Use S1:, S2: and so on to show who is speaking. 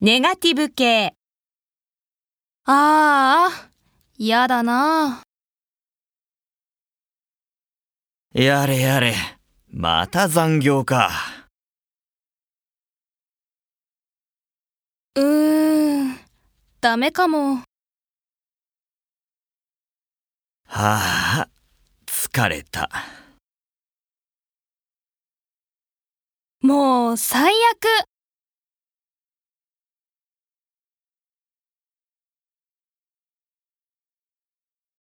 S1: ネガティブ系、
S2: ああ、嫌だな。
S3: やれやれ。また残業か。
S2: うーん、ダメかも。
S3: はあ、疲れた。
S2: もう最悪。